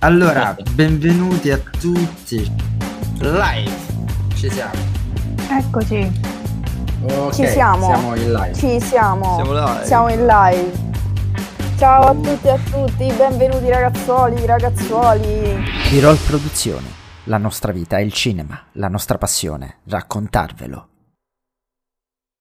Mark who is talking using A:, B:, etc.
A: Allora, benvenuti a tutti. Live. Ci siamo.
B: Eccoci,
A: Ok,
B: Ci siamo.
A: Siamo in live.
B: ci siamo.
C: Siamo live.
B: Siamo in live. Ciao a tutti e a tutti, benvenuti ragazzoli, ragazzuoli.
D: Di Roll Produzioni. La nostra vita è il cinema, la nostra passione, raccontarvelo.